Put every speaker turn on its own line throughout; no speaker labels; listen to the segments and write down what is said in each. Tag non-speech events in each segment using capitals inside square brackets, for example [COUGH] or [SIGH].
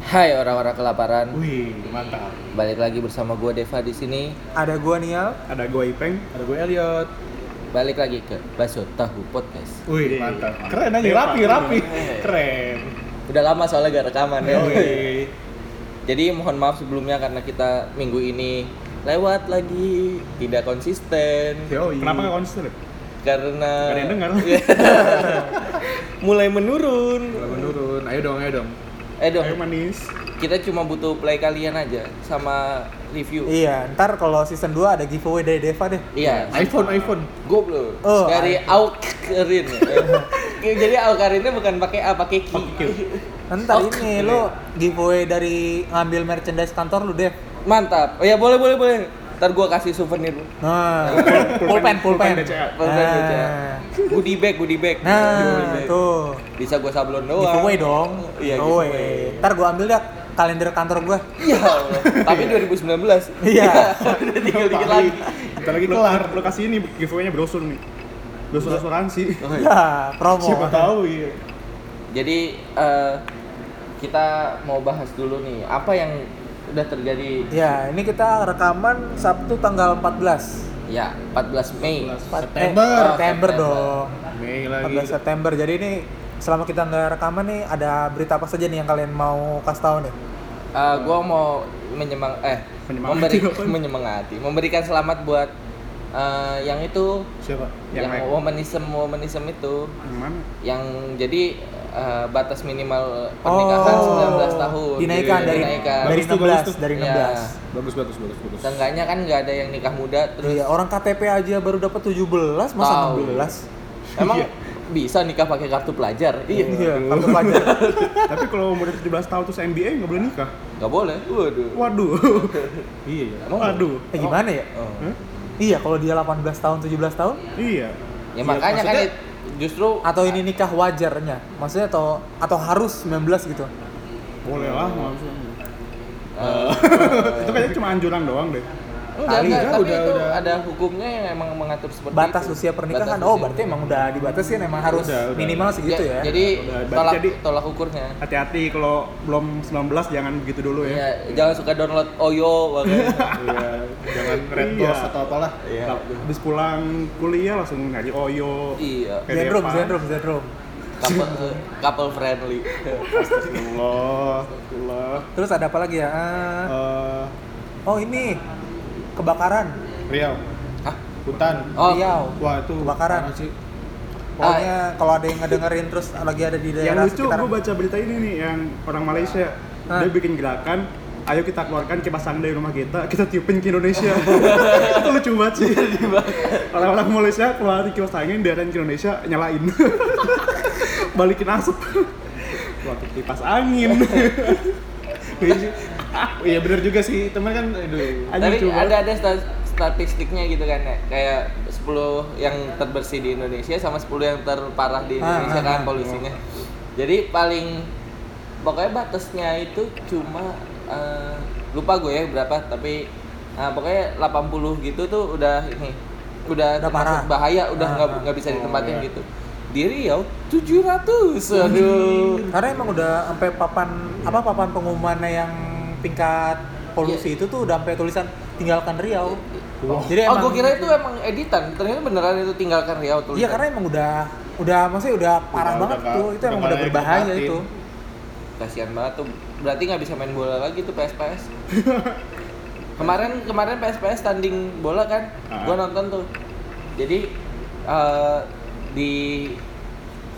Hai orang-orang kelaparan,
Wih, mantap.
balik lagi bersama gue Deva di sini,
Ada gua Nial.
Ada gue Ipeng.
Ada gue Elliot.
balik lagi ke Baso Tahu Podcast.
Wih, mantap. Iya. Keren aja, rapi, rapi. Keren.
Udah lama soalnya gak rekaman
Iya,
ya.
Yoi.
Jadi mohon maaf sebelumnya karena kita minggu ini lewat lagi tidak konsisten
Yoi.
Kenapa nggak konsen?
karena
Gak Iya. ada yang dengar.
[LAUGHS] mulai menurun.
Kalau menurun, ayo dong, ayo dong.
Eh
Ayo
dong,
manis.
kita cuma butuh play kalian aja sama review.
Iya, ntar kalau season 2 ada giveaway dari Deva deh.
Iya,
iPhone, iPhone.
goblok.
Oh,
Dari
[LAUGHS]
Aukarin. Jadi Aukarinnya bukan pakai A, pakai Ki.
Ntar
Oh,
ini lu giveaway dari ngambil merchandise kantor lu, Dev.
Mantap. Oh ya boleh boleh boleh. Ntar gua kasih souvenir.
Nah, pulpen, pulpen.
pulpen BCA.
Pulpen
Nah.
BCA. Goodie bag, goodie bag. Goodie
Nah,
bag.
tuh.
Bisa gua sablon doang.
Giveaway dong.
Iya, giveaway.
giveaway. Ntar gua ambil dah kalender kantor gua.
Iya. Allah. Tapi 2019.
Iya.
[LAUGHS] Udah tinggal dikit lagi.
Kita lagi kelar. Lo kasih ini giveaway-nya brosur nih. Brosur asuransi.
Ya, promo.
[LAUGHS] Siapa tahu iya.
Jadi eh, kita mau bahas dulu nih apa yang udah terjadi
Ya, ini kita rekaman Sabtu tanggal 14.
ya 14 Mei. Oh,
September.
September.
eh, September dong.
Mei lagi.
14 September. Jadi ini selama kita nggak rekaman nih ada berita apa saja nih yang kalian mau kasih tahu nih?
Eh, gua mau menyemang eh memberi
Menyemangati apa?
menyemangati, memberikan selamat buat eh, yang itu
Siapa? Yang
yang,
naik.
womanism womanism itu
Yang mana?
yang jadi eh, batas minimal pernikahan
Oh.
19 tahun
Dinaikkan
Iya,
Oh. dari
dinaikkan.
dari
Bagus tuh, bagus
16
tuh.
dari
Iya.
16.
Bagus, bagus, bagus, bagus.
Seenggaknya kan nggak ada yang nikah muda terus
Iya, orang KTP aja baru dapat 17, masa
Tahu.
16?
emang
Iya.
bisa nikah pakai kartu pelajar iya
Iya, kartu pelajar.
Tapi kalau umur 17 tahun terus MBA nggak boleh nikah.
nggak boleh waduh [LAUGHS]
Waduh.
Iya,
Emang-
Waduh.
Eh gimana ya?
Oh.
Hah?
Iya, kalau dia 18 tahun, 17 tahun
Iya.
ya makanya kan
maksudnya-
it- justru
atau ini nikah wajarnya. Maksudnya atau atau harus 19 gitu.
Boleh lah maksudnya.
eh,
[LAUGHS] Itu kayaknya cuma anjuran doang deh.
enggak,
Kali
enggak,
kan
tapi
udah-
itu
udah.
ada hukumnya yang emang mengatur seperti
Batas
itu.
usia
Batas
pernikahan. Oh,
usia.
berarti emang udah dibatasin emang harus
Udah, udah.
minimal segitu ya.
jadi
Udah, berarti
tolak
jadi-
tolak ukurnya
Hati-hati kalau belum 19 jangan begitu dulu
ya,
ya.
jangan suka download oyo kan.
[LAUGHS]
makanya.
Iya, jangan red
Red
iya.
Cross atau apalah.
Iya.
Habis pulang kuliah langsung ngaji Oh, oyo.
iya
Kayak
Zendrum,
Depan.
Zendrum, Zendrum.
couple, eh, couple friendly
[LAUGHS]
Astagfirullah, astagfirullah.
Terus ada apa lagi ya? Ah,
Eh,
Oh, ini kebakaran
Riau,
Hah?
hutan.
oh
Riau.
Wah itu
Kebakaran.
parah Iya sih.
Pokoknya kalau ada yang ngedengerin terus lagi ada di
Yang
daerah
lucu,
sekitaran-
gue baca berita ini nih yang orang Malaysia.
Hah?
Dia bikin gerakan, ayo kita keluarkan kipas angin dari rumah kita, kita tiupin ke Indonesia. itu lucu banget sih. Orang-orang Malaysia keluarin kipas angin, daerah ke Indonesia nyalain. [LAUGHS] Balikin asap. Keluarin kipas angin. Iya sih.
Iya bener juga sih, temen kan aduh.
Anjing,
tapi
lucu banget.
ada ada sta- statistiknya gitu kan ya kayak 10 yang terbersih di Indonesia sama 10 yang terparah di
Ah,
Indonesia
ah,
kan
ah.
polusinya jadi paling pokoknya batasnya itu cuma eh, lupa gue ya berapa tapi eh, pokoknya 80 gitu tuh udah ini udah,
Udah
termasuk
parah.
bahaya udah
Ah,
nggak
ah.
nggak bisa ditempatin gitu di Riau 700 aduh
Karena emang udah sampai papan apa papan pengumumannya yang tingkat
Iya.
polusi itu tuh udah sampai tulisan tinggalkan Riau. Jadi
oh
emang
gue kira itu emang editan ternyata beneran itu tinggalkan Riau tuh
Iya karena emang udah udah maksudnya udah
gitu.
parah
udah
banget
nggak-
tuh. Itu
udah
emang
nggak
udah
ada yang
berbahaya
ditempatin.
itu.
kasihan banget tuh berarti nggak bisa main bola lagi tuh PSPS kemarin kemarin PSPS tanding bola kan
Ah.
gua nonton tuh jadi eh, di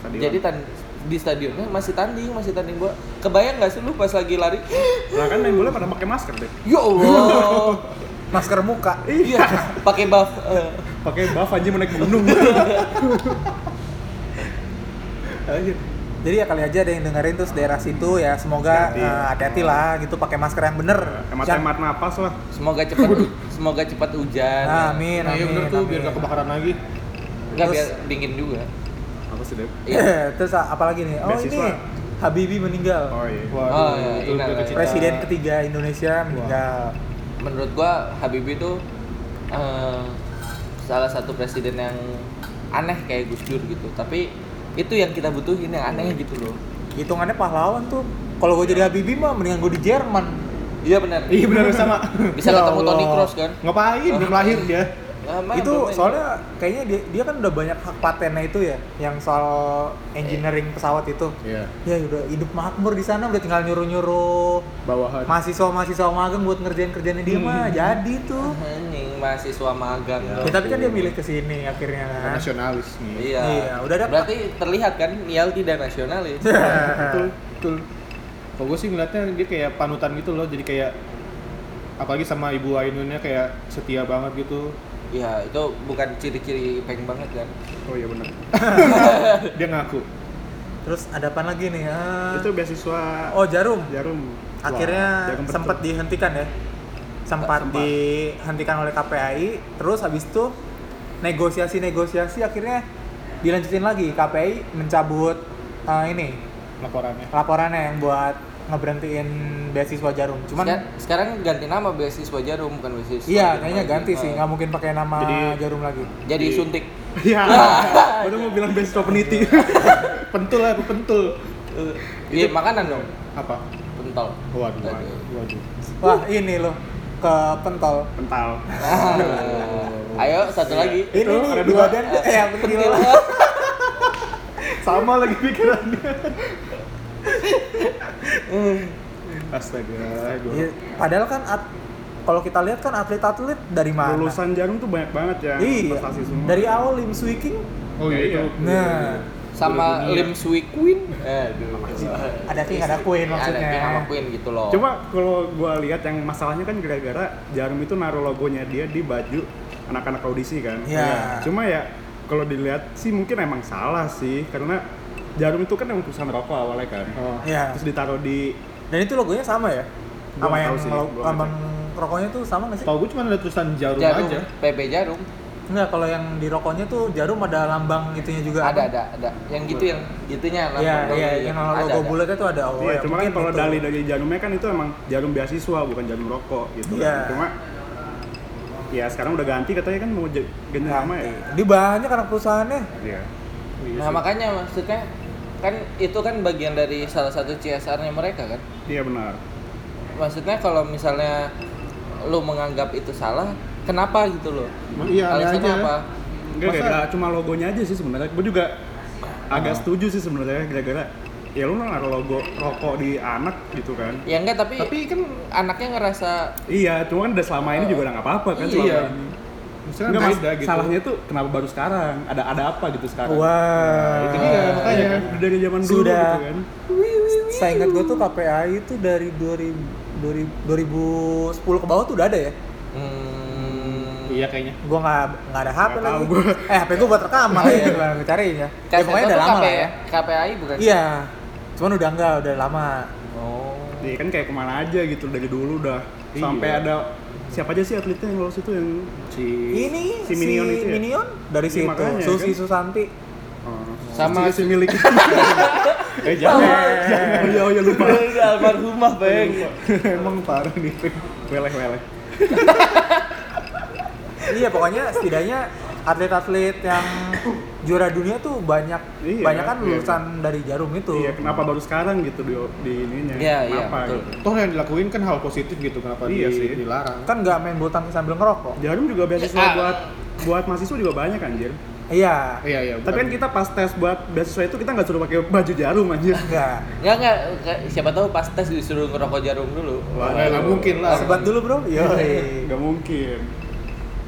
Stadion.
jadi tan- di stadionnya masih tanding masih tanding bola kebayang nggak sih lu pas lagi lari [GASPS]
Nah kan main bola pada pakai masker deh.
ya allah
Masker muka.
iya pakai buff eh.
Pakai buff aja mau naik gunung. Anjir.
Jadi ya kali aja ada yang dengerin terus daerah situ ya semoga
Hati-hati.
eh, hati-hati lah gitu pakai masker yang bener.
Hemat-hemat napas lah.
semoga cepat semoga cepat hujan
Jangan- Amin,
Nah, iya
amin.
bener tuh, biar
amin.
gak kebakaran lagi.
nggak
Terus-
biar dingin juga
Apa sih, Dep?
[LAUGHS]
Iya.
Eh, terus a- apalagi nih? Oh
Beasiswa.
ini Habibi meninggal.
Oh iya.
Oh,
Waduh,
iya,
itu
ingat,
berkecita-
iya.
Presiden ketiga Indonesia meninggal.
menurut gua Habibie itu eh, salah satu presiden yang aneh kayak Gus Dur gitu tapi itu yang kita butuhin yang aneh gitu loh
Hitungannya pahlawan tuh. Kalau gue jadi Habibie mah mendingan gue di Jerman.
Iya benar.
Iya benar sama.
Bisa
[LAUGHS] Ya
ketemu Tony
Allah.
Cross kan?
Ngapain? Belum lahir dia.
Lama,
itu
belum main.
soalnya kayaknya dia dia kan udah banyak hak patennya itu ya, yang soal engineering pesawat itu.
Iya.
Ya udah hidup makmur di sana udah tinggal nyuruh-nyuruh
Bawahan.
mahasiswa-mahasiswa magang buat ngerjain kerjaannya dia mah jadi tuh.
anjing mahasiswa magang.
Ya.
Ya, tapi kan dia milih ke sini akhirnya kan. [LAUGHS]
Nasionalis nih.
Iya.
Iya, udah ada-
Berarti terlihat kan Nial tidak nasionalis.
Betul, betul. Kalau gue sih ngeliatnya dia kayak panutan gitu loh, jadi kayak apalagi sama ibu Ainunnya kayak setia banget gitu.
Iya, itu bukan ciri-ciri peng banget kan.
Oh iya benar.
[LAUGHS] Dia ngaku.
Terus ada apa lagi nih? Ah.
Itu Iya. beasiswa
Oh, Jarum.
jarum.
akhirnya
Jarum
sempat
percut.
dihentikan ya sempat dihentikan oleh KPAI terus habis itu negosiasi-negosiasi akhirnya dilanjutin lagi KPAI mencabut eh, ini
laporannya.
laporannya yang buat ngeberhentiin beasiswa jarum cuman
Seka- sekarang ganti nama beasiswa jarum bukan beasiswa.
iya
Jarum
kayaknya
lagi.
ganti sih
Eh,
nggak mungkin pakai nama
Jadi-
jarum lagi
Jadi suntik.
Iya. Baru mau bilang beasiswa peniti.
Pentul lah, Bu, pentul.
Iya, makanan dong.
Apa?
Pentol.
Waduh,
Aduh.
waduh, waduh.
wah ini loh ke pentol
Pental. Iya.
Ah. Ayo satu lagi.
ini
Itu
nih
ada
di
dua.
[LAUGHS] badan eh yang pentil
Sama lagi
[LAUGHS]
pikirannya. Astaga, gua-
Iya, padahal kan at- kalau kita lihat kan atlet-atlet dari mana
Lulusan jarum tuh banyak banget ya.
Iya.
Prestasi semua.
Dari awal Lim Swee King
Oh iya, iya.
Nah.
Iya,
Sama
Dunia.
Lim Sui Queen. Aduh.
ada King ada Queen
Ada
maksudnya.
King sama Queen gitu loh.
Oh.
Coba kalau gua lihat yang masalahnya kan gara-gara Jarum itu naruh logonya dia di baju anak-anak audisi kan.
Iya.
Cuma ya kalau dilihat sih mungkin emang salah sih karena Jarum itu kan emang perusahaan rokok awalnya kan.
Oh.
Iya.
Terus ditaruh di
Dan itu logonya sama ya?
Gua
Sama
nggak
yang
tahu sih,
lo-
gua
lambang rokoknya tuh sama nggak sih?
Kalau gue cuma ada tulisan jarum,
jarum
aja.
PP jarum.
Enggak, kalau yang di rokoknya tuh jarum ada lambang itunya juga.
Ada
apa?
ada ada. Yang gitu yang gitunya
Iya,
lambang
iya,
doli.
yang
Ada,
logo
ada.
bulatnya tuh ada. Oh,
Iya,
ya,
cuma kan
mungkin
kalau
itu.
dali dari jarumnya kan itu emang jarum beasiswa bukan jarum rokok gitu. kan.
Iya.
Cuma ya sekarang udah ganti katanya kan mau j- ganti nama ya.
Di banyak anak perusahaannya.
Iya.
Nah, makanya maksudnya kan itu kan bagian dari salah satu CSR-nya mereka kan.
Iya benar.
Maksudnya kalau misalnya lu menganggap itu salah, kenapa gitu loh?
Iya, aneh
Alasannya
aja.
apa?
Enggak,
Masa-
gara-gara cuma logonya aja sih sebenarnya. Gue juga agak setuju sih sebenarnya gara-gara ya lu naruh logo rokok di anak gitu kan.
Ya enggak tapi,
Tapi kan
anaknya ngerasa
Iya, cuma kan udah selama ini juga udah nggak apa-apa kan
Iya.
selama
Iya.
ini.
Misalnya
Enggak, mas,
beda gitu.
salahnya tuh kenapa baru sekarang? Ada ada Nah, apa gitu sekarang?
Wah.
Itu dia makanya.
Iya, kan? dari zaman dulu
Sudah.
gitu kan.
Saya ingat gue tuh KPAI itu dari 2000, 2000 2010 ke bawah tuh udah ada ya.
hmm,
Iya kayaknya.
Gua nggak nggak ada HP
Nggak
lagi.
tahu gua.
Eh HP gua buat
[LAUGHS]
rekaman ya, gimana gua carinya. Ya
Kasih
pokoknya
tau
udah
tuh
lama lah
KP
ya.
KPAI bukan? sih?
Iya. Cuman udah enggak, udah lama.
Oh.
Iya kan kayak kemana aja gitu dari dulu udah
Iya.
sampai ada siapa aja sih atletnya yang lolos itu yang
Si
Ini
Si Minion itu ya?
Minion dari
Iya,
situ.
makanya,
Susi
kan?
Susanti.
oh,
Sama-
si milik
eh jangan.
oh iya oh iya lupa
Udah almarhumah, Bang.
Emang parah nih.
weleh weleh
iya, pokoknya setidaknya atlet-atlet yang juara dunia tuh banyak
Iya,
banyak kan
iya.
lulusan dari Jarum itu.
iya kenapa baru sekarang gitu di, di ininya
Gitu. Iya, iya,
kenapa
betul.
gitu
Toh yang dilakuin kan hal positif gitu kenapa
Iya
di-
sih.
dilarang?
Kan nggak main bulu tangkis sambil ngerokok.
jarum juga beasiswa
Ah.
buat buat mahasiswa juga banyak anjir
Iya.
Iya iya.
tapi kan
bukan.
kita pas tes buat beasiswa itu kita nggak suruh pakai baju jarum
[LAUGHS]
anjir
Enggak.
Enggak enggak Ke- siapa tahu pas tes disuruh ngerokok jarum dulu.
Wah, nggak nggak mungkin lah.
Sebat dulu, Bro. Iya. Yo.
Iya,
nggak mungkin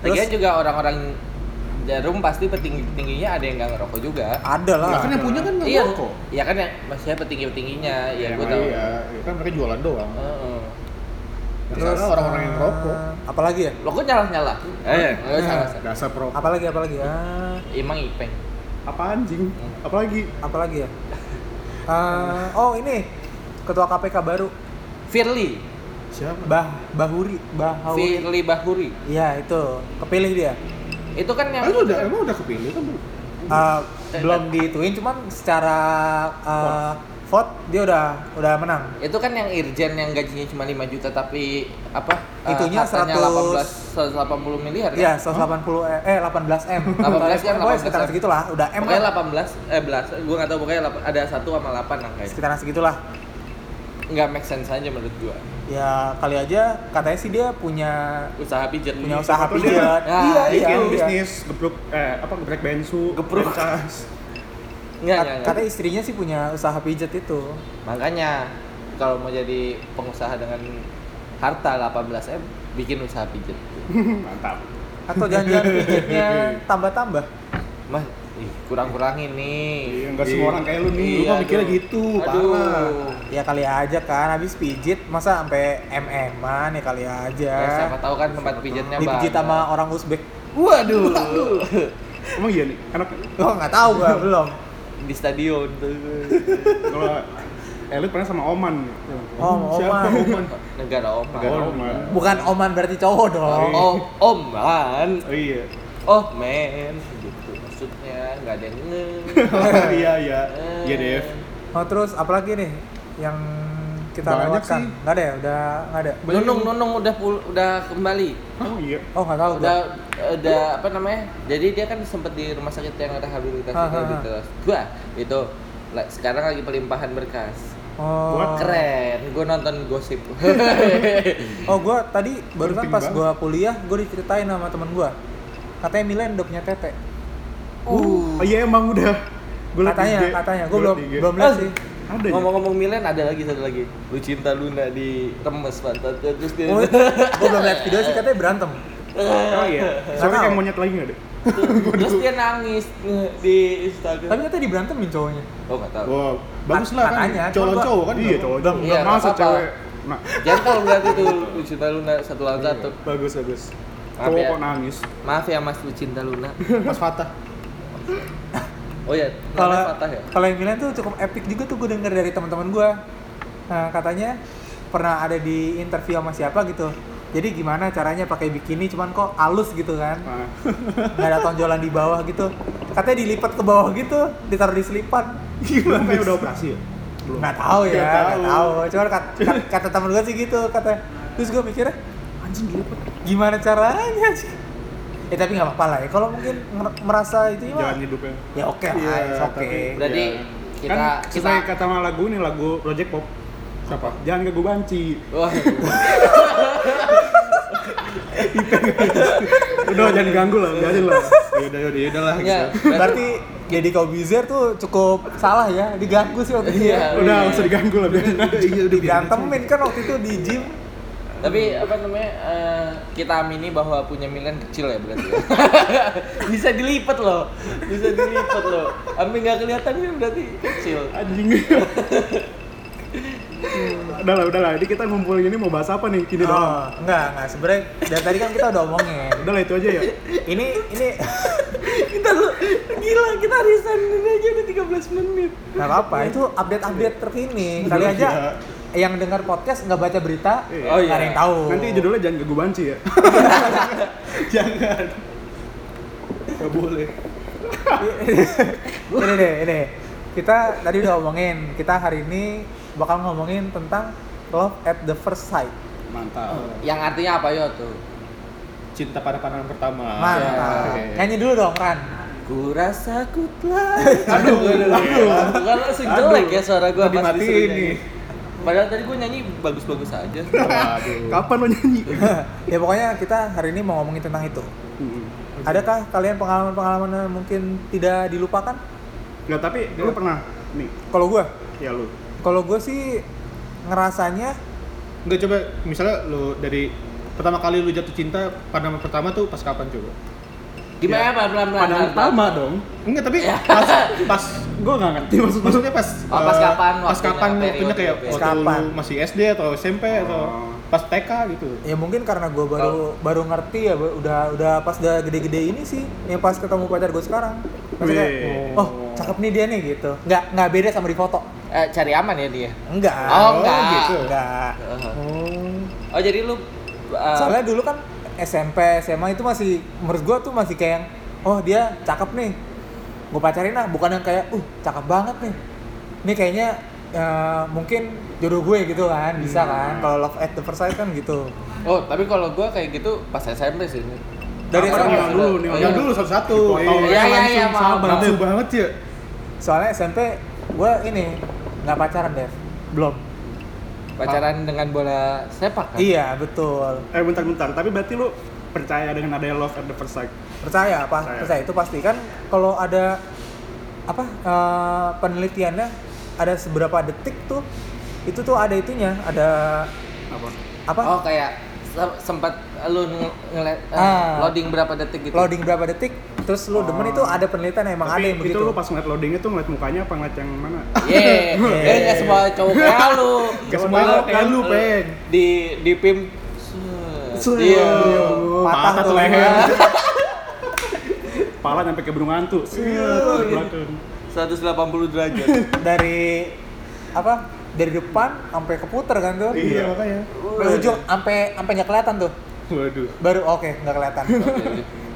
Lagian juga orang-orang jarum pasti petinggi-petingginya ada yang nggak ngerokok juga.
Ada lah.
Lah kan yang punya kan nggak
Iya.
rokok.
Iya kan ya maksudnya petinggi-petingginya ya
Yang
gue tahu. Oh.
Iya, iya. kan mereka jualan doang.
Heeh.
Yang salah orang-orang yang
ah.
rokok.
eh, apalagi ya?
Lo kok nyalah-nyalah? Eh, enggak
eh.
salah. salah.
Dasar perokok.
Apalagi apalagi ya?
Emang Ipeng.
apa anjing
Hmm.
apalagi
apalagi ya Eh, oh ini ketua KPK baru
Firly,
Siapa?
Bah Bahuri Bahauri
Firly Bahuri.
Iya itu kepilih dia
Itu kan yang
Ah, lu udah emang udah kepilih kan belum?
Eh, belum dituin cuman secara eh, vote dia udah udah menang
itu kan yang irjen yang gajinya cuma 5 juta tapi apa? eh,
Itunya
hartanya 18
100
180 miliar kan?
Iya, 180 eh 18 m
18 kan,
Pokoknya sekitar
18.
segitulah udah m
Pokoknya
lah.
18 eh belas, gua enggak tahu pokoknya lap- ada 1 sama 8 angkanya.
sekitaran segitulah
nggak make sense aja menurut gua
ya kali aja katanya sih dia punya
usaha pijat
punya usaha
Atau dia-
pijat Iya,
Nah,
bikin bisnis gepruk eh apa geprek bensu
Gepruk. [LAUGHS]
bencas.
nggak
Kat-
nggak, nggak.
katanya istrinya sih punya usaha pijat itu
makanya kalau mau jadi pengusaha dengan harta 18 m bikin usaha pijat
mantap
atau jangan-jangan pijatnya tambah-tambah
mah ih, kurang-kurangin nih
iya nggak semua orang kayak lu nih
Iya,
Lu mah mikirnya
aduh.
gitu,
Aduh.
parah.
ya kali aja kan habis pijit masa sampai mm-an ya kali aja
Ya, siapa tahu kan tempat pijatnya
dipijit
banyak.
sama orang Uzbek
Waduh.
emang iya nih enak
oh nggak tahu gua
[LAUGHS]
belum
Di stadion tuh.
kalau elit pernah sama oman
Oh,
Om,
Siapa?
Oman.
Oman.
Negara
Negara
Oman.
oman
Bukan Oman berarti cowok dong.
Iya.
Oh, Oman.
Oh
[LAUGHS]
iya.
Oh, men gitu maksudnya nggak ada yang nge.
[LAUGHS]
Iya, iya. Iya, Dev.
Oh terus apalagi nih yang kita
Banyak
lewatkan?
sih.
Nggak ada ya? Udah nggak ada.
Nunung, Nunung udah pul- udah kembali.
oh iya
Oh nggak tahu. gua.
Udah udah apa namanya? Jadi dia kan sempat di rumah sakit yang rehabilitasi
Ah, ah, ah.
rehabilitasi. Gua itu la- sekarang lagi pelimpahan berkas.
Oh.
Buat
Keren, gue nonton gosip. [LAUGHS] Uh.
Oh gua tadi barusan
Penting
pas
banget.
gua kuliah gua diceritain sama temen gua. Katanya Milan udah punya tete.
[LAUGHS] uh.
oh iya emang udah Gua liat
katanya,
IG.
katanya. Gua
Gua
belum
liat IG.
belum lihat
Eh.
sih.
ada ya
Ngomong-ngomong Milan ada lagi satu lagi. Lu cinta Luna di remes pantat terus dia.
Oh, gua belum lihat video sih katanya berantem.
oh iya soalnya kayak monyet lagi nggak deh
terus dia nangis nge- di
Tapi
Instagram.
katanya diberantemin cowoknya.
Oh enggak tahu.
Wah, bagus lah kan.
Katanya, cuma gua-
Cowok-cowok kan.
iya cowok dong
Iya,
nggak
nggak
masa
apa-apa.
cewek nah
Jangan berarti tuh Lu cinta Luna satu lawan satu.
Bagus, bagus.
Maaf
cowok
ya.
kok nangis
Maaf ya Mas Lu cinta Luna.
Mas Fatah.
Oh ya,
kalau
namanya patah ya.
kalau yang Milan tuh cukup epic juga tuh gue denger dari teman-teman gue nah, katanya pernah ada di interview sama siapa gitu jadi gimana caranya pakai bikini cuman kok halus gitu kan
nah
nggak ada tonjolan di bawah gitu katanya dilipat ke bawah gitu ditaruh di selipan
gimana kayak udah operasi ya belum
nggak tahu ya
Nggak
nggak
tahu.
tahu cuman kat- kat- kata, temen gue sih gitu kata terus gue mikirnya
anjing dilipat
gimana caranya sih Eh tapi nggak apa-apa lah ya. Kalau mungkin mer- merasa itu
jalan
ya,
hidupnya
ya oke lah,
Iya,
it's oke.
tapi-
Berarti
Iya.
kita
kan
kita
sesuai kata sama lagu nih lagu Project Pop
Siapa?
jangan ganggu banci
Wah,
udah jangan ganggu lah biarin lah
Yaudah, yaudah, yaudah lah.
ya,
gitu.
Berarti jadi Corbuzier tuh cukup salah ya, diganggu sih waktu itu ya.
Iya.
udah nggak usah diganggu lah biarin
Udah, iya, udah biarin aja.
Digantemin kan waktu itu di gym.
Tapi apa namanya? eh, kita amini bahwa punya Milan kecil ya berarti. ya. [LAUGHS] Bisa dilipat loh. Bisa dilipat loh. Ambil nggak kelihatan kan berarti kecil.
anjing udah lah udah lah ini kita ngumpul ini mau bahas apa nih kini doang
Oh, enggak, enggak sebenarnya dari tadi kan kita udah omongin.
udah lah itu aja ya
Ini ini
Kita lu gila, kita arisan ini aja udah 13 menit.
enggak apa-apa, itu update-update terkini. Kali aja yang dengar podcast nggak baca berita,
Iya.
Oh,
nggak
iya.
ada yang tahu.
nanti judulnya jangan ganggu banci ya
Jangan. Gak boleh.
ini deh, ini. Kita tadi udah omongin, kita hari ini bakal ngomongin tentang love at the first sight.
mantap
Yang artinya apa yo tuh?
Cinta pada pandangan pertama.
Mantap.
Ah, iya. Oke.
Nyanyi dulu dong, Ran. [LAUGHS]
Ku rasa ku telah Aduh, aduh, Bukan langsung
Aduh.
jelek ya suara gua
Tadi
pas
mati
disuruh
ini.
nyanyi. Padahal tadi gua nyanyi bagus-bagus aja
Waduh.
kapan lo nyanyi
ya pokoknya kita hari ini mau ngomongin tentang itu. Hmm. Adakah kalian pengalaman-pengalaman yang mungkin tidak dilupakan?
nggak tapi lu
Iya.
pernah nih
Kalau gue,
ya lu
kalau gue sih ngerasanya
Enggak coba misalnya lu dari pertama kali lu jatuh cinta pandangan pertama tuh pas kapan coba?
Gimana apa pelan-pelan
padang
pelan-pelan.
pertama dong
Enggak, tapi
Iya.
pas pas
gue nggak ngerti maksud lu
maksudnya pas
Oh, pas
eh,
kapan
Pas
waktunya,
kapan
periode
waktunya kayak
periode.
waktu
Kapan?
lu masih SD atau SMP atau
Oh.
pas TK gitu.
ya mungkin karena gue baru baru ngerti ya ba- udah udah pas udah gede-gede ini sih yang pas ketemu pacar gue sekarang maksudnya
Wih.
oh cakep nih dia nih gitu nggak nggak beda sama di foto
Eh, Cari aman ya dia
enggak
Oh, enggak.
gitu.
enggak
Uh-huh.
Oh.
Oh jadi lu uh,
soalnya dulu kan SMP SMA itu masih menurut gue tuh masih kayak yang, oh dia cakep nih gue pacarin lah bukan yang kayak uh cakep banget nih ini kayaknya eh, mungkin jodoh gue gitu kan bisa kan kalau love at the first sight kan gitu
Oh tapi kalau gua kayak gitu pas SMP sih
dari
Apa
SMP
yang dulu nih,
Oh,
Yang
iya.
dulu satu-satu.
Dipotong.
Iya iya iya maaf maaf.
Langsung banget ya.
soalnya SMP gue ini nggak pacaran Dev belum
pacaran dengan bola sepak kan?
Iya, betul.
Eh bentar-bentar, tapi berarti lu percaya dengan adanya love at the first sight?
percaya apa
Percaya.
percaya, itu pasti kan kalau ada apa eh, penelitiannya ada seberapa detik tuh itu tuh ada itunya ada
Apa?
apa
Oh kayak se- sempat lu ng- ngeliat eh,
Ah.
loading berapa detik gitu.
loading berapa detik terus lu demen itu ada penelitian emang
tapi
ada yang
itu
begitu
lu pas ngeliat loadingnya tuh ngeliat mukanya apa ngeliat yang mana?
Ye, eh nggak semua cowok kayak lu.
Nggak semua cowok kayak lu,
Peng. Di di pim.
Set.
Iya.
Ya Allah.
patah
Patah
tuh
tuh leher.
leher
[LAUGHS] Pala nyampe ke burung hantu. Set,
Iya.
ke belakang.
180 derajat.
dari apa dari depan sampai keputer kan tuh
Iya.
makanya.
dari ujung sampai sampai nggak kelihatan tuh
Waduh.
baru oke nggak kelihatan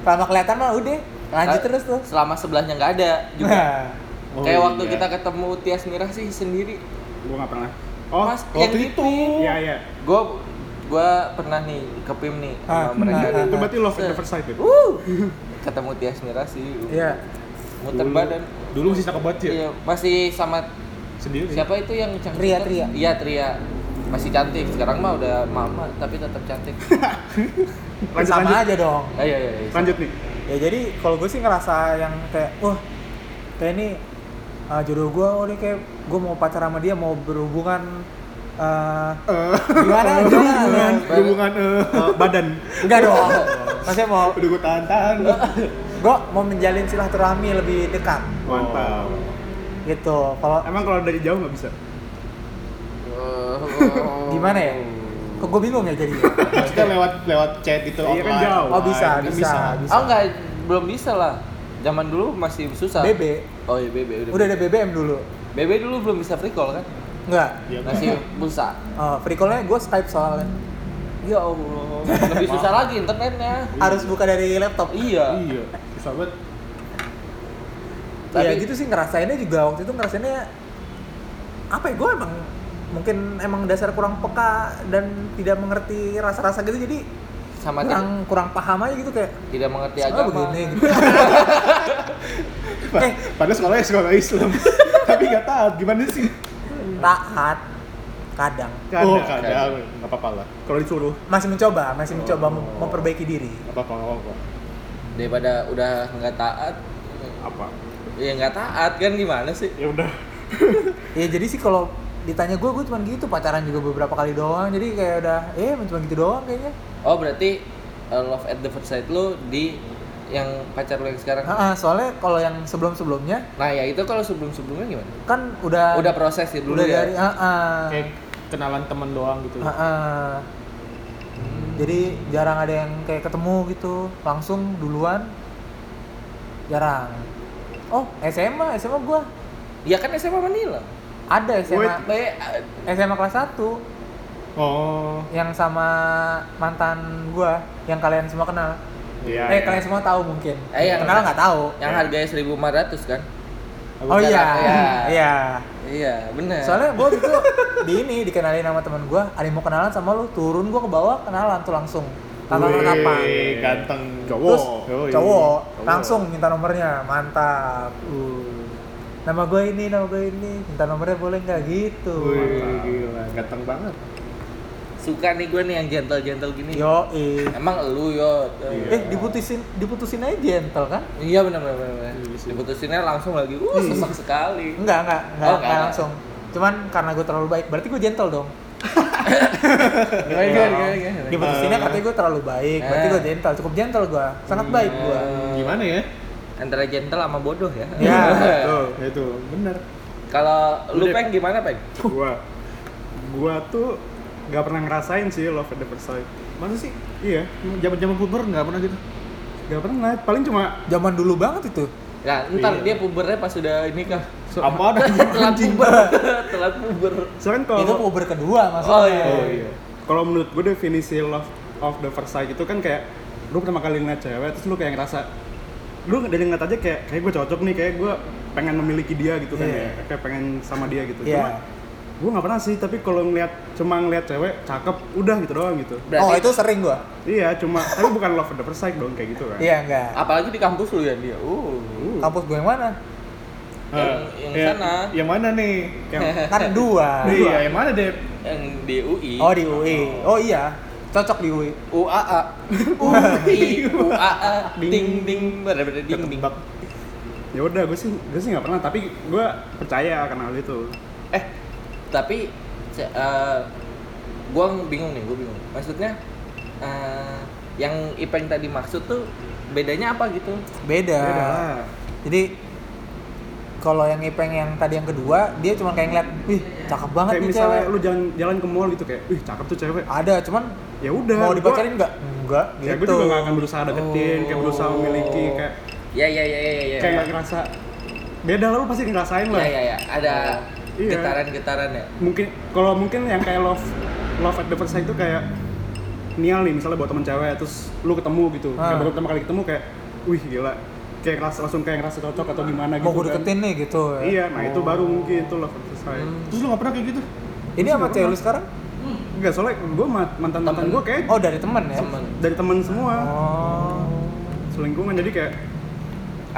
kalau nggak kelihatan mah udah lanjut terus tuh
Selama sebelahnya nggak ada Ah, juga.
nah
Oh,
kayak waktu
iya.
kita ketemu Tias Mirah sih sendiri.
Gua nggak pernah. Oh,
Mas, yang
Waktu
itu.
itu.
iya iya.
Gue gue pernah nih ke PIM nih
Ah,
sama mereka.
nah,
Itu berarti love at
Set.
the first sight. ya?
Wuh. Ketemu Tias Mirah sih.
iya
Muter
Dulu-
badan.
Dulu masih cakep banget ya.
Iya, masih sama
Sendiri.
Siapa itu yang cantik?
Tria, Tria.
Iya, Tria. Masih cantik. Sekarang mah udah mama tapi tetap cantik. Iya,
Lanjut
sama
lanjut.
aja dong
Ayo, ayo, ayo.
Lanjut nih.
ya jadi kalau gue sih ngerasa yang kayak wah kayak ini uh, jodoh gue oh ini kayak gue mau pacar sama dia mau berhubungan uh, gimana
[LAUGHS]
gimana
Hubungan eh
Eh, badan.
enggak dong maksudnya mau
udah gue tahan-tahan.
gue mau menjalin silaturahmi lebih dekat
[LAUGHS] Mantap.
gitu kalau
Emang kalau dari jauh nggak bisa.
Oh.
gimana ya kok gue bingung ya jadi
[LAUGHS]
Maksudnya lewat lewat chat gitu
Iya, kan
online.
jauh.
oh bisa
Online, kan
bisa bisa
Oh enggak, belum bisa lah. Zaman dulu masih susah.
BB.
Oh iya BB udah.
udah ada BBM dulu
BB dulu belum bisa free call kan?
enggak
Iya, kan?
Masih pulsa.
oh, free call-nya gue Skype soalnya
Ya Allah, lebih susah lagi internetnya.
harus buka dari laptop
Iya.
Iya. Susah banget.
Tapi
ya gitu sih ngerasainnya juga waktu itu ngerasainnya apa ya gue emang mungkin emang dasar kurang peka dan tidak mengerti rasa-rasa gitu jadi
sama
kurang
tidak,
kurang paham aja gitu kayak
tidak mengerti
"Oh,
agama.
begini gitu. eh
Padahal sekolahnya sekolah Islam. [LAUGHS] Tapi nggak taat gimana sih?
taat kadang
Nggak
oh,
ada.
kadang. Nggak apa-apa lah.
Kalau disuruh.
masih mencoba masih mencoba mem-
Oh.
memperbaiki diri
Nggak apa-apa. nggak apa-apa.
Ah.
Daripada udah nggak taat,
Apa?
ya nggak taat kan gimana sih?
Ya udah.
ya jadi sih kalau ditanya gue gue cuma gitu pacaran juga beberapa kali doang jadi kayak udah eh cuma gitu doang kayaknya
Oh berarti uh, love at the first sight lu di yang pacar lu yang sekarang?
Ah, ah, soalnya kalau yang sebelum sebelumnya
Nah ya itu kalau sebelum sebelumnya gimana?
kan udah
Udah proses ya dulu
udah
ya.
dari ah, ah.
Kayak kenalan teman doang gitu.
Ah.
Heeh. Jadi jarang ada yang kayak ketemu gitu, langsung duluan. Jarang. Oh, SMA, SMA gua
Ya kan SMA Manila.
ada SMA
Wait.
Be- uh,
SMA kelas 1
Oh.
yang sama mantan gua yang kalian semua kenal.
Iya.
eh,
iya.
kalian semua tahu mungkin.
Eh, yang-
kenal nggak tahu.
yang harganya 1.500 kan?
Oh iya.
Iya.
[LAUGHS] Iya.
Iya benar.
Soalnya gua gitu di ini dikenalin sama teman gua, ada yang mau kenalan sama lu, turun gua ke bawah kenalan tuh langsung. Tanpa
Wih,
rekapan.
Ganteng. Oh, iya.
Terus
Cowok.
cowok
Cowok.
langsung minta nomornya, mantap.
Uh.
Nama gue ini, nama gue ini, minta nomornya boleh nggak gitu?
Wih, gila. Ganteng banget.
suka nih gue nih yang gentle gentle gini.
Yo eh,
Emang lu yo.
eh diputusin diputusin aja gentle kan?
Iya benar benar benar. Diputusinnya langsung lagi. Uh sesak sekali.
[LAUGHS] Enggak enggak enggak,
Oh, enggak,
enggak
enggak.
langsung. Cuman karena gue terlalu baik, berarti gue gentle dong.
Gimana gimana gimana, gimana.
Diputusinnya katanya gue terlalu baik, berarti
Eh. Iya.
gue gentle, cukup gentle gue, sangat baik gue.
Gimana ya?
Antara gentle sama bodoh ya.
Iya,
[LAUGHS]
Ya.
Tuh, Iya. itu bener.
Kalau lu
Udah.
peng gimana peng?
gua gua tuh nggak pernah ngerasain sih love at the first sight
Mana sih?
iya
Zaman-zaman puber nggak pernah gitu.
nggak pernah paling cuma
Zaman dulu banget itu.
Nah, ntar
Iya.
dia pubernya pas sudah ini kah?
Apa ada?
[LAUGHS] telat puber, telat puber.
sekarang
Itu
kalau
puber kedua maksudnya.
Oh, iya.
Oh iya.
kalau menurut gua definisi love of the first sight itu kan kayak lu pertama kali ngeliat cewek terus lu kayak ngerasa lu dari ngeliat aja kayak kayak gue cocok nih kayak gue pengen memiliki dia gitu kan
Iya.
ya kayak pengen sama dia gitu
Iya.
cuma gue nggak pernah sih tapi kalau ngeliat cuma ngeliat cewek cakep udah gitu doang gitu
Berarti
Oh itu sering gue.
iya cuma tapi bukan love at the first sight dong kayak gitu kan
Iya enggak.
apalagi di kampus lu ya dia. ya? Uh.
Kampus gue yang mana?
Ah,
yang, yang
iya.
Ya,
sana
Yang mana nih? Yang,
[LAUGHS] kan dua
[LAUGHS] Ah,
iya, yang mana deh?
yang di UI
oh di UI oh iya cocok di UI [LAUGHS]
UAA UI UAA ding ding bener-bener ding ding
Ketebak.
ya udah gue sih gue sih nggak pernah tapi gue percaya karena hal itu
eh tapi se- eh, gua bingung nih gua bingung maksudnya eh, yang Ipeng tadi maksud tuh bedanya apa gitu
beda,
Beda Ya lah.
jadi kalau yang ipeng yang tadi yang kedua dia cuma kayak ngeliat wih cakep banget
kayak
nih
misalnya
cewek
lu jalan jalan ke mall gitu kayak wih cakep tuh cewek
ada cuman
ya udah
mau
gua-
dipacarin nggak enggak
ya gue
gitu
juga gak akan berusaha deketin kayak
Oh. Iya,
berusaha memiliki kayak
ya ya ya ya ya
kayak ngerasa beda lah lu pasti ngerasain
ya
lah
ya ya ada
Iya.
getaran-getaran ya
mungkin kalau mungkin yang kayak love love at the first sight itu kayak nial nih misalnya buat temen cewek terus lu ketemu gitu kayak
Ah.
baru pertama kali ketemu kayak wih gila kayak ngerasa langsung kayak ngerasa cocok atau gimana gitu
mau gue
kan.
deketin Hmm. nih gitu ya.
iya nah itu baru mungkin itu love at first sight
Terus lu gak pernah kayak gitu?
ini sama cewek lu sekarang
enggak soalnya gue mantan mantan
Temen.
gue kayak
oh dari temen ya
temen
dari temen semua
oh
selingkungan jadi kayak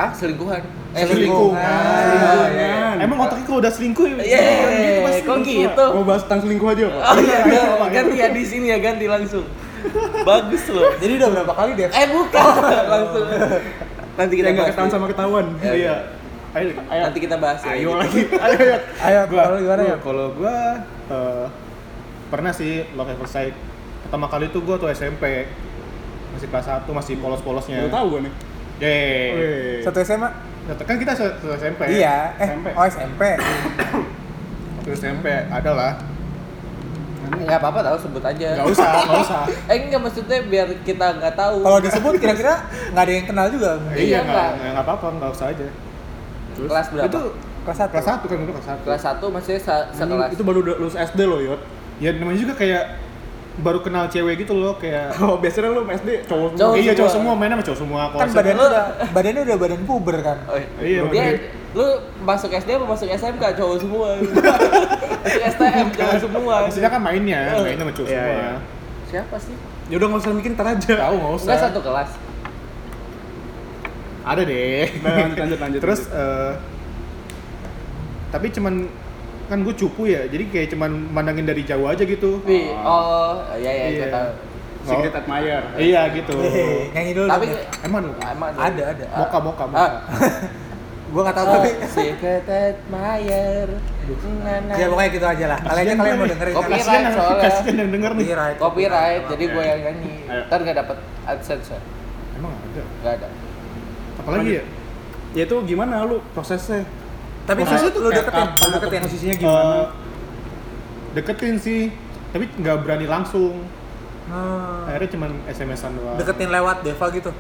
ah selingkuhan eh
Ah,
Selingkuh.
selingkuhan.
iya, iya.
Emang otaknya kalau udah selingkuh ya?
Iya,
pasti
Eh, kok
selingkuh.
gitu?
mau bahas tentang selingkuh aja Pak?
Ah.
Oh iya, iya, ganti ya di sini ya ganti langsung. Bagus loh.
jadi udah berapa kali dia
Eh bukan langsung. Nanti kita
yang nggak
bahas.
ketahuan sama ketahuan
Iya.
Iya. Ayo, ayo.
Nanti kita bahas. ya,
ayo
gitu.
lagi ayo ayo
ayo
Gua-
kalau gimana ya
gua- Kalau gua eh, pernah sih love at first sight. Pertama kali tuh gua tuh SMP. Masih kelas 1, masih polos-polosnya.
Lu tahu gue nih
Yeay.
Wih.
satu SMA
Satu- Kan kita satu satu SMP.
iya eh
SMP.
oh SMP
Satu SMP adalah.
Enggak apa-apa tahu sebut aja.
Gak usah, gak usah.
[LAUGHS] Eh enggak maksudnya biar kita nggak tahu.
kalau disebut kira-kira nggak ada yang kenal juga
Iya,
Iya,
Kak.
nggak nggak apa-apa, nggak usah aja.
kelas berapa?
Itu
kelas satu
kelas 1 kan dulu kelas 1.
Kelas 1 maksudnya sa- sekelas.
itu baru udah lulus SD loh yot [LAUGHS]
Ya namanya juga kayak baru kenal cewek gitu loh kayak
kalau biasanya lu SD cowok semua.
Cowok
iya cowok
semua.
semua mainnya sama cowok semua kalau
kan
saya-
badannya
Lu-
udah badannya udah badan puber kan
Oh, iya.
iya
Dia
makanya.
lu masuk SD apa masuk SMK cowok semua. masuk STM cowok semua.
Maksudnya kan mainnya,
Iya.
mainnya sama cowok
Iya,
semua.
iya.
Siapa sih?
ya udah nggak usah mikir ntar aja
Tahu nggak usah.
Enggak satu kelas.
Ada deh.
Nah, lanjut,
[LAUGHS]
lanjut, lanjut,
Terus
lanjut.
eh, tapi cuman kan gue cupu ya, jadi kayak cuman mandangin dari jauh aja gitu.
Wih, oh iya iya
Iya.
gua tahu.
secret admirer
Iya gitu.
Hehehe, nyanyi dulu
Tapi
dong ya.
Emang lu?
emang
ada ada
Moka moka moka.
Ah,
[LAUGHS]
gua nggak tahu
Oh,
tapi
Secret admirer. Na, na.
ya pokoknya gitu aja lah kalian aja kalian mau dengerin
Oke.
kan?
Iya,
Iya,
Kasihan yang
soalnya. Iya.
kasihan ya. yang denger nih.
copyright
Copyright, jadi
Oke.
gue yang nyanyi.
Ayo.
Ntar gak dapet adsense ya?
Emang ada.
Gak ada.
Apalagi ya?
ya itu gimana lu prosesnya
tapi
Maksudnya
lu
tuh
lu
kayak
deketin
kapan
lu
atau
deketin
posisinya gimana
Eh, deketin sih, tapi nggak berani langsung.
Hmm,
Ah.
Akhirnya cuman SMS-an doang.
deketin lewat Deva gitu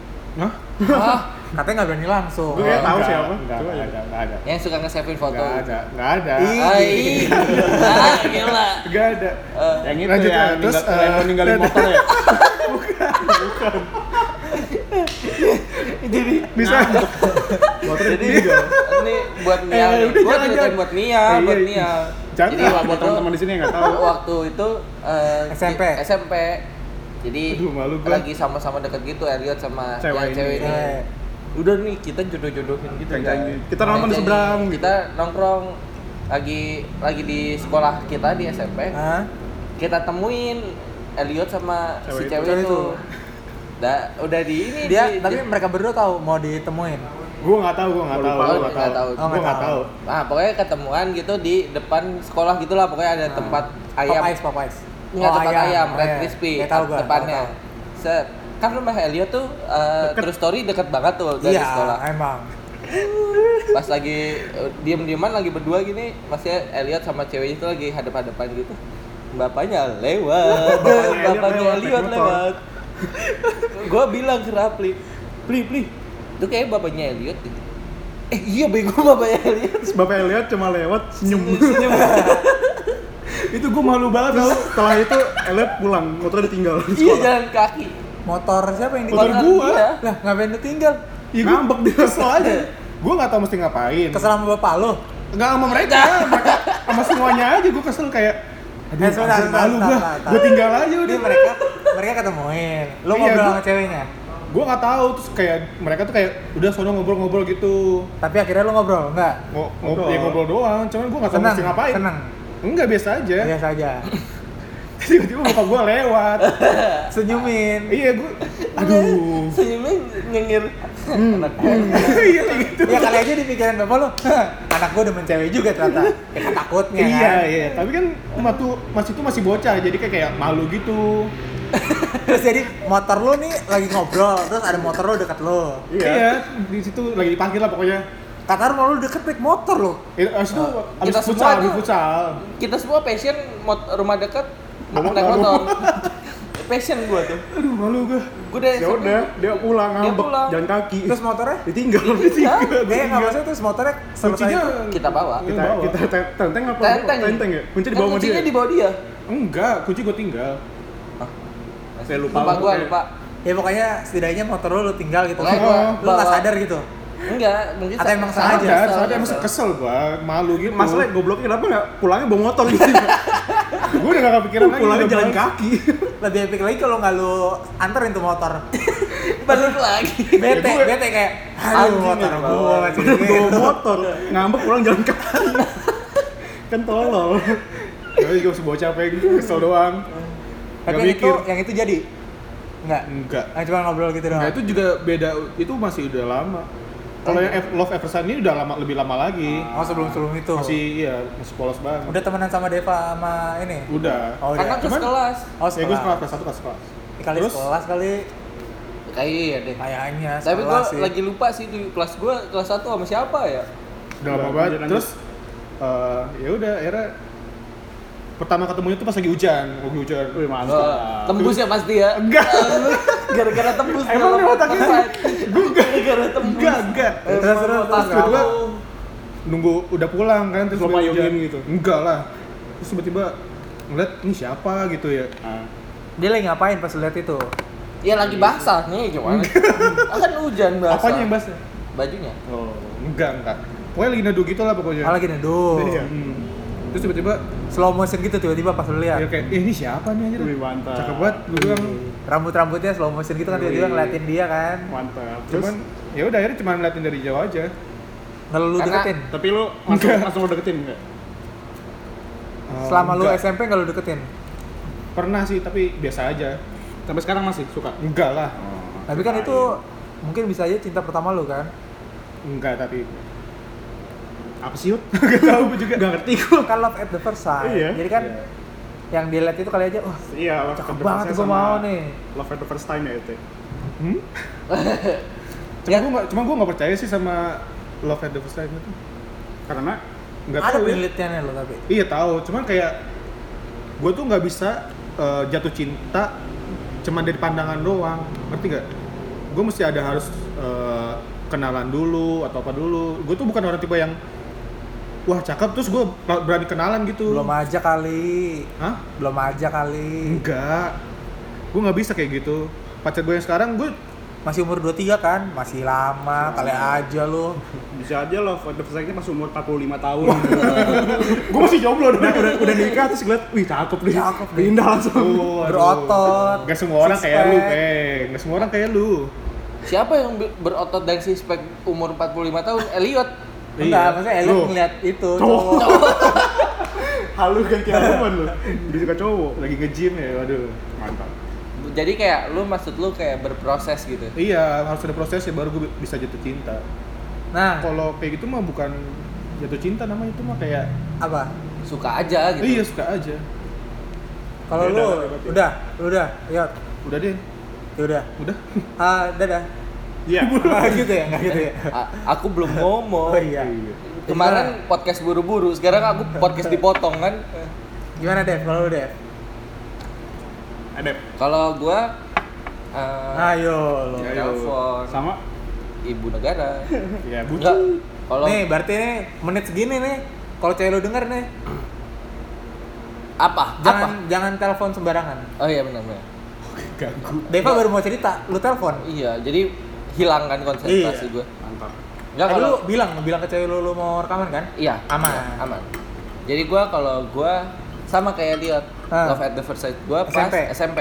Hah?
Hah?
katanya nggak berani langsung
Gue kayak tahu
Nggak,
siapa.
Nggak
Coba
nggak
ya.
ada, nggak ada.
Yang suka nge-savein foto.
Nggak ada, nggak ada.
Ih.
"Ah, Ai, ah, gila.
Nggak ada.
Eh,
yang itu
lanjut
ya
ya,
terus
terus, eh,
ninggalin motor ya
Jadi bisa. Motor ditinggal.
Eh, ini buat Nia,
Eh,
nih.
udah,
gue
jangan,
ceritain
jangan.
buat Nia,
Eh,
buat
iya,
Nia.
jangan.
Jadi
Ini
waktu
buat
itu,
teman-teman di sini yang nggak tahu
[LAUGHS] waktu itu eh,
SMP.
di- SMP. Jadi
Aduh, malu gua.
lagi sama-sama deket gitu Elliot sama
Cewek
yang
ini.
cewek ini.
Eh,
Udah nih kita jodoh-jodohin gitu
Ceng-ceng
kan.
gitu. Kita nongkrong di
Ceng-ceng.
seberang gitu.
Kita nongkrong lagi lagi di sekolah kita di SMP.
Hah?
Kita temuin Elliot sama si
Cewek itu.
cewek
Cewek
itu.
itu.
Da- udah di ini
dia
di-
tapi
di-
mereka berdua tahu mau ditemuin
Gue nggak tahu, gue
[LAUGHS]
nggak
Gua
tahu,
lupa,
gue
gua
nggak
nggak
tahu.
tahu.
Gue nggak
Oh,
tahu.
nggak
Nah, pokoknya ketemuan gitu di depan sekolah gitulah pokoknya ada
Nah.
tempat ayam.
pop ice pop ice
Enggak
Oh,
tempat ayam, Red
Eh,
Crispy
nggak tahu gua,
depannya.
nggak
Set. Kan rumah Elliot tuh uh,
Deket.
terus story deket banget tuh
tahu.
dari
iya
sekolah.
emang
Pas lagi uh, diem-dieman lagi berdua gini, masih Elliot sama ceweknya itu lagi hadap-hadapan gitu. Bapaknya
Iya,
lewat,
Bapaknya Elliot
bapaknya
lewat,
Elliot
naik
lewat. Gua bilang ke Rapli, "Pli, pli. Itu kayak bapaknya Elliot." gitu. Eh iya bego bapaknya Elliot.
terus bapak Elliot cuma lewat senyum
Senyum.
[LAUGHS] Itu gue malu banget
terus
tau.
setelah itu Elliot pulang motornya
[LAUGHS]
ditinggal di
[LAUGHS] Iya
sekolah
jalan kaki.
motor siapa yang
Motor
ditinggal
gua.
Iya.
lah ngapain ditinggal
Ya gue ngambek dia kesel aja. Gue nggak tahu mesti ngapain.
kesel sama bapak lo
Enggak sama mereka, mereka sama semuanya aja gue kesel kayak Aduh,
Eh, sebentar,
anjir, malu
sebentar,
gue,
sebentar,
gue tinggal aja
Jadi
udah
mereka mereka ketemuin. Lo
Iya,
ngobrol
gua-
sama ceweknya.
gue nggak tahu terus kayak mereka tuh kayak udah sono ngobrol-ngobrol gitu
Tapi akhirnya lo ngobrol, enggak?
Ngo-
Ngobrol.
ngobrol ya ngobrol doang cuman gue nggak tahu
Senang,
mesti ngapain Ya.
senang.
enggak biasa aja
Iya saja.
[LAUGHS] tiba-tiba muka gue lewat
Senyumin.
iya gue aduh
Senyumnya nyengir.
Hmm.
Anak gue.
iya gitu
Ya kali aja di pikiran bapak lo, [LAUGHS] anak gue demen cewek juga ternyata. Ya kan takutnya kan.
iya iya tapi kan waktu masih itu masih bocah jadi kayak kayak malu gitu
[LAUGHS] Terus jadi motor lo nih lagi ngobrol, terus ada motor lo deket lo.
[LAUGHS] Iya.
di situ lagi dipanggil lah pokoknya
Kata lo lo deket naik motor lo.
Eh, abis itu abis
Ah, kita semua
futsal, abis
tuh-
futsal
Kita semua passion mot- rumah dekat
Rumah
naik
baru.
motor. passion gua tuh.
aduh malu gue
Gua udah
ya udah dia pulang
Iya, Dia
ngambek
pulang.
jalan
Iya.
kaki
Terus motornya?
ditinggal [LAUGHS]
Iya.
Dia nggak maksudnya terus motornya selesai.
kuncinya
Kita bawa.
kita kita te- tenteng apa
Tenteng.
tenteng ya kunci
Kan
di bawah sama
kuncinya
dia
di bawah dia.
enggak kunci gue tinggal
saya lupa
Lupa gua,
pokoknya.
lupa.
Ya pokoknya setidaknya motor lo lo tinggal gitu.
Pokoknya
gua
Lo nggak
bawa.
sadar gitu.
Enggak, mungkin
Atau
sa-
emang
salah
sengaja?
salah,
ada soalnya emang
salah.
kesel gue malu gitu
masalahnya gobloknya kenapa nggak pulangnya bawa motor gitu
[LAUGHS]
gue udah gak
[LAUGHS]
kepikiran lagi
pulangnya
udah
jalan
males.
kaki
Lebih epic lagi kalau nggak lo anterin tuh motor.
Balik lagi.
bete
[LAUGHS] Ya, gue-
bete kayak aduh
Anjing
motor
ya,
gue
bawa.
masih
[LAUGHS] bawa
gitu
motor ngambek pulang jalan
[LAUGHS]
kaki kan tolol
Gue juga masih bocah pengen gitu, kesel doang
tapi
Gak
yang itu
mikir.
yang itu jadi enggak
Enggak
Nah, cuma ngobrol gitu doang
Nah itu juga beda, itu masih udah lama Kalau yang Ev- Love Everson ini udah lama, lebih lama lagi
oh sebelum sebelum itu
Masih, iya, masih polos banget
udah temenan sama Deva sama ini
Udah
oh
Karena
udah
terus
Cuman-
kelas.
oh
Ya gue sekelas
sekolah
kelas 1, kelas kelas
kali
Terus?
sekelas kali
Kayaknya iya deh.
kayaknya
Tapi
sekolah
gua
sih.
lagi lupa sih di kelas gua kelas 1 sama siapa ya?
Udah lama
Udah,
banget,
lanjut, lanjut.
terus eh, ya udah akhirnya Pertama ketemunya tuh pas lagi hujan, lagi hujan
Eh,
wih mantap
tembus ya pasti ya?
Enggak.
[LAUGHS] Gara-gara tembus
Emang
dalam
lu otaknya
kosan. Gara-gara tembus Eh,
Enggak, enggak
Emang
Terus, terus,
otak
terus kedua,
lu.
Nunggu udah pulang kan, terus
Lo
udah hujan.
payungin gitu?
Enggak lah Terus tiba-tiba ngeliat, ini siapa gitu ya
Ah.
dia lagi ngapain pas lihat itu
Ya lagi basah nih
[LAUGHS]
gimana? Akan hujan basah.
Apanya yang ya? bahasnya?
Bajunya.
Oh, enggak, enggak Pokoknya lagi nado gitu lah pokoknya
malah gini duh
Iya.
Hmm. Terus tiba-tiba
slow motion gitu tiba-tiba pas lu
ya
lihat
kayak, "Eh, ini siapa nih anjir?
Wih, mantap.
Cakep banget, gue bilang.
rambut-rambutnya slow motion gitu kan tiba-tiba
Wih.
ngeliatin dia kan
mantap terus
Cuman ya udah akhirnya cuma ngeliatin dari jauh aja.
Eh, nggak lu
Karena-
deketin
tapi lu langsung langsung lu deketin nggak
selama lu
Enggak.
SMP nggak lu deketin
pernah sih tapi biasa aja.
sampai sekarang masih suka
Enggak lah.
Tapi kan itu mungkin bisa aja cinta pertama lo kan.
Enggak tapi
apa sih Yud?
[LAUGHS] enggak tahu gua juga.
Gak ngerti gua
Kan love at the first sight.
Iya.
Jadi kan
Iya.
yang dilihat itu kali aja, wah
iya love at
Cakep
the
banget
first
gua
sama
mau nih.
love at the first time ya itu
Hmm? cuma
Ya.
gua enggak cuma gua enggak percaya sih sama love at the first sight itu.
karena
Enggak
ada
tahu. ya.
penelitiannya lo tapi.
Iya tahu, cuman kayak gua tuh nggak bisa eh, jatuh cinta cuman dari pandangan doang, ngerti gak? Gue mesti ada harus eh, kenalan dulu atau apa dulu. Gue tuh bukan orang tipe yang wah cakep terus gue berani kenalan gitu.
Belum aja kali.
Hah?
Belum aja kali.
Enggak. Gue nggak bisa kayak gitu. Pacar gue yang sekarang [LAUGHS] gue
Masih umur 23 kan? Masih lama, kali aja lo.
bisa aja love at the first time pas umur 45 tahun [LAUGHS]
gue masih jomblo
udah
dong.
udah udah nikah terus ngeliat wih cakep nih
Cakep nih.
pindah langsung
Oh, aduh.
Berotot,
Gak semua orang
six
kayak lu,
pack.
Peng. Gak semua orang kayak lu.
Siapa yang be- berotot dan sixpack umur 45 tahun? Elliot.
Enggak,
Iya.
maksudnya Elo
Lu.
ngeliat itu
Cowok.
cowok.
halu ganti haluan lu dia suka cowok
Lagi nge-gym ya, waduh.
mantap
Jadi kayak lu maksud lu kayak berproses gitu.
Iya, harus ada prosesnya baru gue bisa jatuh cinta.
Nah,
Kalau kayak gitu mah bukan jatuh cinta namanya itu mah kayak
apa?
Suka aja gitu.
iya suka aja.
Kalau
Ya
lu
udah, udah, udah.
udah, lu udah, ya,
Udah deh,
ya udah.
udah.
Ah, dadah.
iya
Ah, gitu ya, enggak gitu ya.
A- aku belum ngomong.
Oh iya.
Kemarin podcast buru-buru, sekarang aku podcast dipotong kan.
Gimana Dev? Kalau lu Dev?
adep
Kalau gua eh
Ayo lo.
Ya,
telepon
sama Iya,
ibu negara.
ya bucu.
Enggak. Kalau
Nih, berarti nih menit segini nih. Kalau cewek lu denger nih,
apa? Apa?
jangan jangan telepon sembarangan.
Oh iya benar benar.
Ganggu.
Deva baru mau cerita, lu telepon.
Iya, jadi hilangkan konsentrasi
Iya.
gua.
mantap
Enggak
Tadi
Iya, kalau
Eh, lu bilang, bilang ke cewek lu lu mau rekaman kan?
iya,
Aman.
iya, aman. Jadi gua kalau gua sama kayak dia
Ah.
Love at the First Sight gua pas
SMP.
SMP.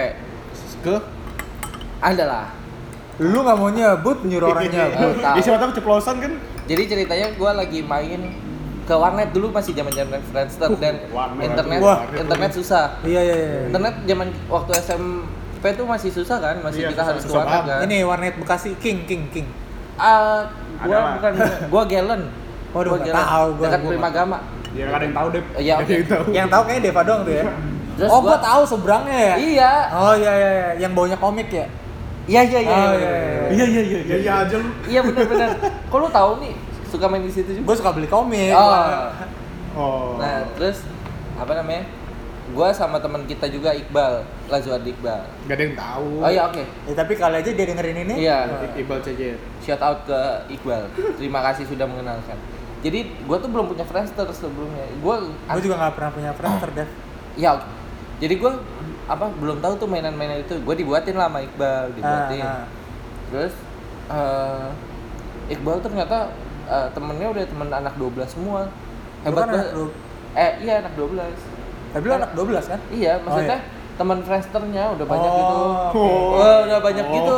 Ke
Adalah
Lu nggak mau nyebut
[LAUGHS]
nyuruh orang nyebut.
Iya,
Ya siapa tahu keceplosan kan?
Jadi ceritanya gue lagi main ke warnet dulu masih zaman zaman Friendster dan
warnet.
internet
Wah.
internet susah.
Iya iya iya.
Internet zaman waktu SMP tuh masih susah kan, masih
Iya,
kita
susah-
harus ke
susah
warnet
banget.
kan.
Ini warnet Bekasi King King King.
Ah, gua
Adalah.
bukan gua
[LAUGHS]
Galen.
Waduh,
Gua
nggak
Galen.
tahu gua-
Dekat
gua
Primagama.
Ya nggak ada yang tahu deh.
Eh, Ya, oke.
Ada Iya, yang tahu.
Yang tahu kayaknya Deva doang tuh ya.
Terus
oh,
gua-
gua tahu seberangnya ya.
Iya.
Oh iya iya iya, yang baunya komik ya.
Iya, iya, iya. iya,
Oh, iya,
iya.
iya.
Iya iya iya
Ya iya aja lu.
Iya, benar-benar. Kok lu tahu nih suka main di situ juga?
Gua suka beli komik.
Oh.
Oh.
Nah, terus apa namanya? Gua sama teman kita juga Iqbal, Lazuardi Iqbal.
Gak ada yang tahu.
Oh iya, oke.
Ya, tapi kali aja dia dengerin ini.
Iya.
I- Iqbal CJ.
Shout out ke Iqbal. Terima kasih sudah mengenalkan. Jadi gue tuh belum punya Friendster sebelumnya. Gue
Gua juga nggak pernah punya friendster, Dev.
ya oke. jadi gue apa belum tahu tuh mainan-mainan itu gue dibuatin lah sama Iqbal dibuatin
Ah, ah.
terus eh, Iqbal ternyata eh, temennya udah temen anak 12 semua hebat
kan
banget
anak dua-
eh iya anak 12
Tapi lu anak 12 kan?
iya
Oh,
maksudnya
iya.
teman Friendsternya udah banyak
Oh,
gitu
oke.
Wah, udah banyak
Oh.
gitu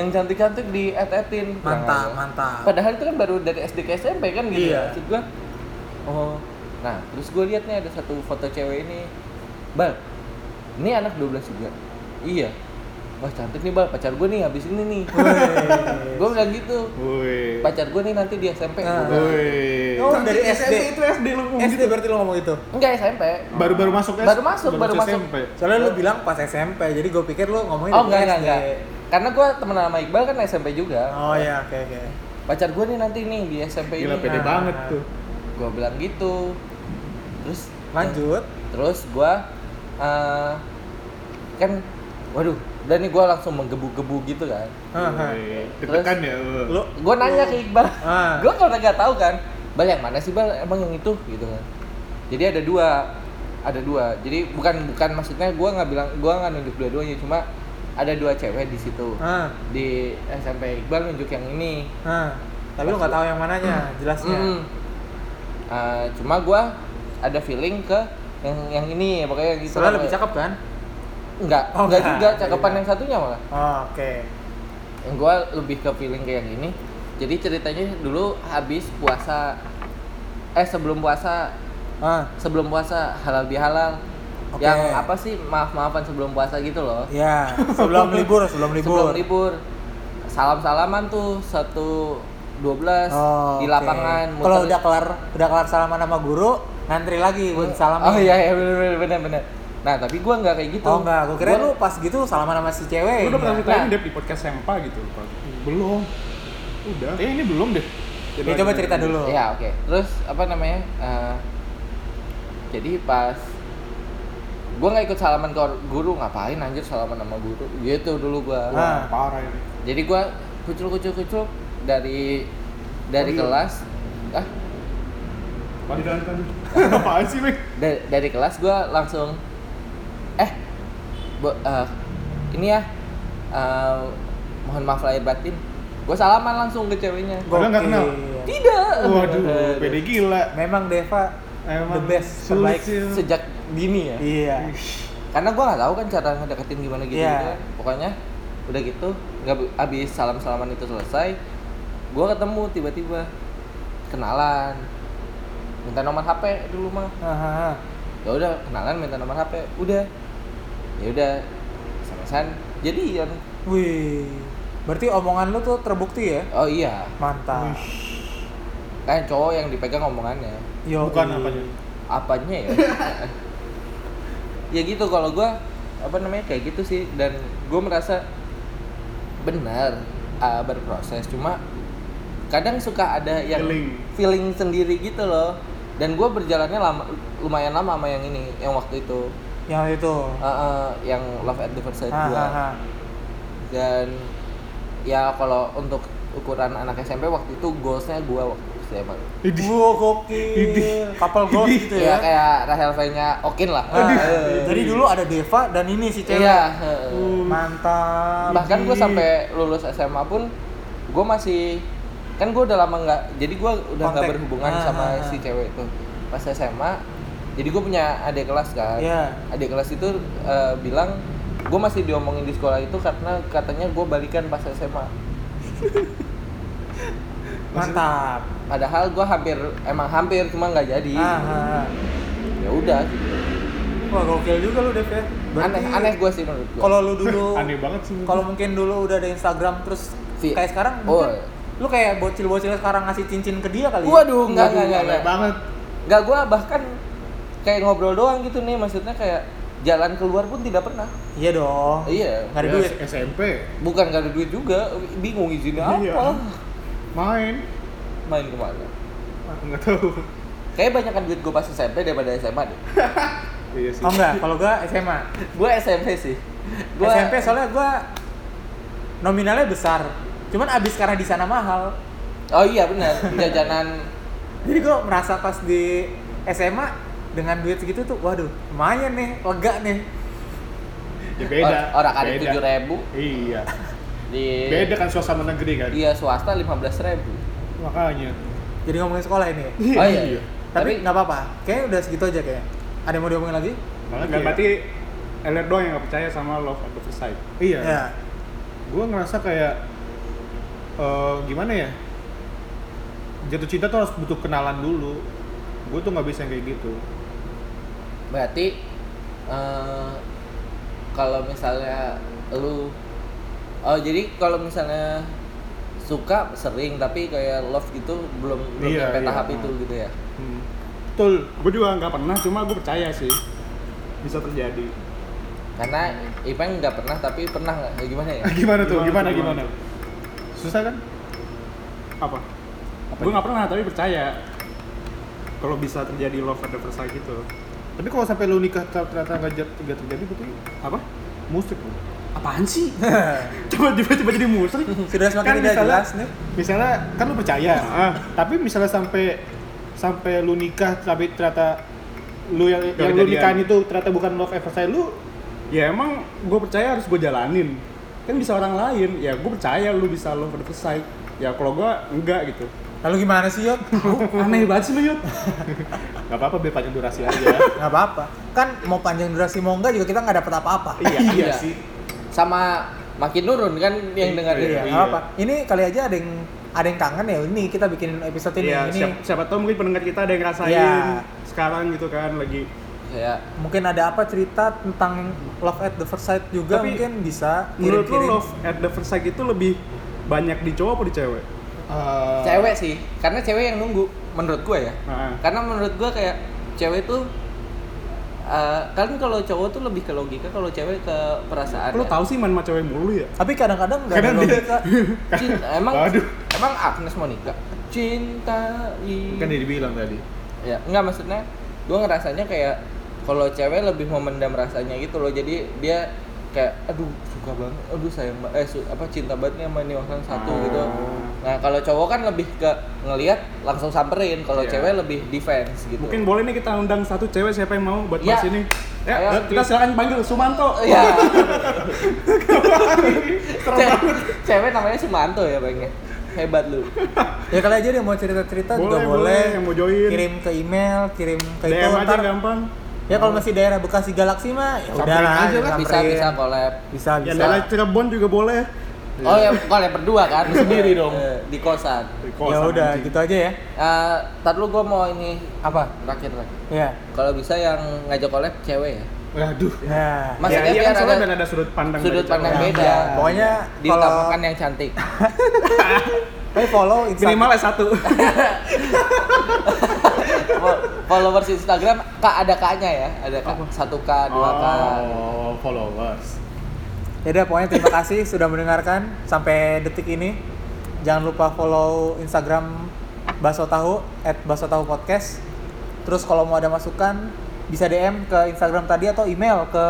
yang cantik-cantik di etin
Mantap, mantap.
Padahal itu kan baru dari SD ke SMP kan gitu
Iya.
ya. Maksud gua, oh. Nah, terus gue lihat nih ada satu foto cewek ini. Bal, ini anak 12 juga. Iya. Wah cantik nih Bal, pacar gue nih habis ini nih. [LAUGHS] gue bilang gitu.
Woi.
Pacar gue nih nanti di SMP. Gua
Ah.
bilang.
Woi.
Oh, dari SD.
itu SD lu. ngomong
SD
gitu.
Eh, berarti lu ngomong itu.
Enggak SMP.
Baru-baru masuk S-
Baru masuk, baru masuk.
SMP.
Soalnya lu bilang pas SMP, jadi gue pikir lu ngomongin
Oh
dari
enggak, enggak,
SD.
enggak. Karena gue temen sama Iqbal kan SMP juga.
Oh iya, oke oke.
Pacar gue nih nanti nih di SMP
Gila
ini.
pede banget tuh.
Gue bilang gitu. Terus
Lanjut.
terus gua eh, kan waduh dan nih gua langsung menggebu-gebu gitu kan
Haha.
Woi. Deg-degan ya. woi.
Lu
gua nanya ke Iqbal
Ah.
gua karena nggak tahu kan Bal yang mana sih Bal emang yang itu gitu kan jadi ada dua ada dua jadi bukan bukan maksudnya gua nggak bilang gua nggak nunjuk dua-duanya cuma ada dua cewek di situ
Ah,
di SMP Iqbal nunjuk yang ini
ah. Tapi lu nggak tahu yang mananya, jelasnya.
Mm. Ah, cuma gua ada feeling ke yang yang ini pokoknya yang gitu
Soalnya
lah.
lebih cakep kan?
Enggak,
Oh,
enggak
enggak.
juga cakepan yang satunya malah.
Oh, oke.
Gue lebih ke feeling kayak yang ini. Jadi ceritanya dulu habis puasa eh sebelum puasa
Ah,
sebelum puasa halal bihalal
Oke.
yang apa sih maaf maafan sebelum puasa gitu loh
ya.
[LAUGHS]
Sebelum libur, sebelum Iya, libur.
sebelum libur salam salaman tuh satu dua belas
Oh,
di
oke.
lapangan muter-
Kalau udah kelar, udah kelar salaman sama guru, ngantri lagi buat salaman.
oh iya iya bener bener bener bener nah tapi gue nggak kayak gitu
Oh enggak, gue kira
Gua-
lu pas gitu salaman sama si
Lu
cewek.
udah pernah
Ya,
ceritain
Nah.
deh di podcast Sempa gitu. lupa.
Belum.
Udah.
Eh ini belum deh.
Ya, coba cerita dulu.
Ya oke. Terus apa namanya? eh, jadi pas gue nggak ikut salaman ke or- guru ngapain anjir salaman sama guru gitu dulu gue
Ah.
Wah, parah ini.
jadi gue kucul kucul kucul dari dari
Oh, iya.
kelas ah
Lanjut Apaan sih, Mek?
da- dari kelas gue langsung eh bu, eh, ini ya eh, mohon maaf lahir batin gue salaman langsung ke ceweknya
Padahal nggak kenal.
Gokil.
tidak Eh,
Waduh, pede gila.
Memang Deva
Emang
the best,
sulit
terbaik.
sih.
sejak dini ya
Iya.
karena gua nggak tahu kan cara ngedeketin gimana gitu,
Iya.
gitu. pokoknya udah gitu nggak abis salam salaman itu selesai gua ketemu tiba-tiba kenalan minta nomor hp dulu mah
Iya. Aha.
ya udah kenalan minta nomor hp udah ya udah sama-sama jadian
Wih. Berarti omongan lu tuh terbukti ya?
oh iya
Mantap.
kan cowok yang dipegang omongannya
Yo.
Bukan apanya?
apanya ya ya gitu kalau gua apa namanya kayak gitu sih dan gue merasa benar ah, berproses cuma kadang suka ada yang
Feeling.
feeling sendiri gitu loh dan gue berjalannya lama lumayan lama sama yang ini yang waktu itu
Yang itu.
Ah, ah, yang love at the first sight
Ah,
gua.
ah, ah.
dan ya kalau untuk ukuran anak SMP waktu itu goalsnya gue waktu itu SMA
Idih.
Wah, gokil. Kapal gold gitu
ya
ya.
kayak Rahel V-nya Okin lah
Ah, Jadi dulu ada Deva dan ini si cewek.
Iya. heeh.
Mantap.
Bahkan gue sampai lulus SMA pun gue masih kan gue udah lama nggak jadi gue udah nggak
Kontak.
berhubungan
Ah,
sama
ah,
si
ah.
cewek itu pas SMA jadi gue punya adik kelas kan
Iya.
adik kelas itu eh, bilang gue masih diomongin di sekolah itu karena katanya gue balikan pas SMA
Mantap.
padahal gue hampir emang hampir cuma nggak jadi
Ah, ah, ah.
ya udah
Wah gokil juga lu Dev ya.
aneh aneh gue sih menurut gue
Kalau lu dulu
[LAUGHS] Aneh banget sih.
Kalau mungkin dulu udah ada Instagram terus
Si-
kayak sekarang
Oh.
mungkin lu kayak bocil-bocil sekarang ngasih cincin ke dia kali. ya?
waduh nggak nggak nggak,
aneh
nggak
banget
nggak gue bahkan kayak ngobrol doang gitu nih maksudnya kayak jalan keluar pun tidak pernah
Iya dong.
iya
Nggak ada
Ya,
duit.
SMP
bukan gak ada duit juga bingung izinnya apa
Iya.
main
main kemana
nggak
[LAUGHS]
tahu
kayak banyak kan duit gue pas SMP daripada SMA deh
iya sih
Oh enggak, kalau gua SMA.
gue SMP sih gue
SMP soalnya gua nominalnya besar. Cuman abis karena di sana mahal.
oh iya benar jajanan
Jadi gua merasa pas di SMA dengan duit segitu tuh, waduh, lumayan nih, lega nih.
ya beda
or- orang ada
beda.
tujuh ribu
iya
di
beda kan suasana negeri kan
iya swasta lima belas ribu
makanya
Jadi ngomongin sekolah ini.
oh iya
Tapi
tapi
nggak apa-apa. Kayaknya udah segitu aja kayaknya. Ada yang mau diomongin lagi?
Apalagi
Nggak
ya?
berarti Elliot doang yang nggak percaya sama love at the first sight.
iya
Ya.
gue ngerasa kayak eh, gimana ya jatuh cinta tuh harus butuh kenalan dulu gue tuh nggak bisa yang kayak gitu
berarti eh, kalau misalnya lu oh jadi kalau misalnya suka sering tapi kayak love gitu belum belum
Iya,
sampai
iya.
tahap itu gitu ya
hmm. betul
Gue juga nggak pernah, cuma gue percaya sih bisa terjadi.
karena Ipeng nggak pernah tapi pernah nggak Ya, gimana ya
gimana tuh
Gimana,
gimana
gimana?
gimana, susah kan
Apa? Gue nggak pernah, tapi percaya kalau bisa terjadi love at the first sight gitu.
tapi kalau sampai lu nikah ter- ternyata nggak jat- nggak terjadi berarti
Apa?
musik lu
Apaan sih? [LAUGHS] coba tiba-tiba jadi musrik.
Sudah semakin
Kan
tidak
misalnya-
jelas nih.
misalnya kan lu percaya
Ah.
tapi misalnya sampai sampai lu nikah tapi ternyata lu yang,
Gak
yang lu
kejadian.
nikahin itu ternyata bukan love ever saya lu
ya emang gue percaya harus gue jalanin kan bisa orang lain ya gue percaya lu bisa love at the first sight ya kalau gue enggak gitu
Lalu gimana sih, Yop?
aneh banget sih lu [LAUGHS] yud
nggak apa-apa biar panjang durasi
[LAUGHS]
aja
Nggak apa-apa. Kan mau panjang durasi mau enggak juga kita nggak dapat apa-apa.
iya,
Iya. sama makin nurun kan yang ya? dengar
Iya, nggak apa-apa. Ini kali aja ada yang ada yang kangen ya ini kita bikin episode ini.
Iya,
ini
siapa, siapa tahu mungkin pendengar kita ada yang ngerasain
Iya.
sekarang gitu kan lagi
kayak
mungkin ada apa cerita tentang love at the first sight juga
Tapi,
mungkin bisa
menurut lu
kirim-kirim.
love at the first sight itu lebih banyak di cowok apa di cewek?
Eh,
cewek sih karena cewek yang nunggu menurut gue ya
Nah,
karena menurut gue kayak cewek tuh eh, kan kalau cowok tuh lebih ke logika kalau cewek ke perasaan
lu
ya.
tahu sih main sama cewek mulu ya?
Tapi kadang-kadang nggak ada
Kadang dia-
[LAUGHS]
logika.
Cin- emang
Waduh.
emang Agnes Monica cinta i-
kan dia dibilang tadi
ya nggak maksudnya gue ngerasanya kayak kalau cewek lebih memendam rasanya gitu loh jadi dia kayak aduh suka banget aduh sayang ba- eh su- apa cinta banget nih sama ini orang satu
Ah.
gitu nah kalau cowok kan lebih ke ngelihat langsung samperin kalau
Iya.
cewek lebih defense gitu
Mungkin boleh nih kita undang satu cewek siapa yang mau buat
Iya.
mas ini.
Ayo.
Ya, kita silakan panggil Sumanto. [LAUGHS]
Iya. Ce- cewek namanya Sumanto ya bang ya. Hebat lu.
Ya kali aja dia mau cerita-cerita juga
Boleh, boleh,
boleh.
yang mau join.
Kirim ke email, kirim ke itu
DM aja
ntar.
gampang.
Ya kalau masih daerah Bekasi Galaksi mah ya udah
Samperin
lah.
aja lah,
Bisa bisa collab.
Bisa
Ya
bisa.
dari Cirebon juga boleh.
Oh ya collab berdua kan
Sendiri
[LAUGHS]
dong.
Eh, Di kosan.
Ya udah gitu aja ya.
Eh, Ntar dulu gue mau ini
Apa?
terakhir lagi.
Ya.
Kalau bisa yang ngajak collab cewek ya.
gitu.
Waduh.
Nah.
Maksudnya
ya, Ah, iya
biar
kan soalnya
ada-
biar ada sudut pandang
Sudut
dari
pandang
cewek. Iya.
beda.
Ya, Pokoknya kalau
Ditambahkan yang cantik. [LAUGHS]
Tapi follow Instagram.
Minimal ya, S1.
Fol- Followers Instagram kak ada kaknya ya. Ada kak satu k, dua k.
Oh, followers.
Ya udah pokoknya terima kasih sudah mendengarkan sampai detik ini. Jangan lupa follow Instagram Baso Tahu at Baso Tahu Podcast. Terus kalau mau ada masukan bisa DM ke Instagram tadi atau email ke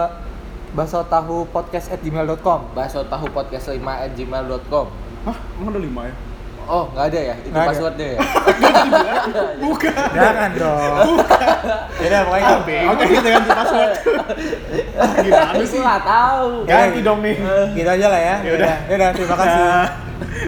basotahupodcast at gmail.com
Baso tahu podcast 5 at gmail.com.
Hah, emang ada lima ya?
Oh, nggak ada ya? Itu
Nggak ada.
passwordnya
[LAUGHS]
ya?
Bukan.
Jangan dong. Ya udah pokoknya
Oke, kita ganti
[LAUGHS]
password.
Aku nggak tahu.
Ganti dong nih.
gitu aja lah ya.
Ya udah.
Ya udah terima kasih.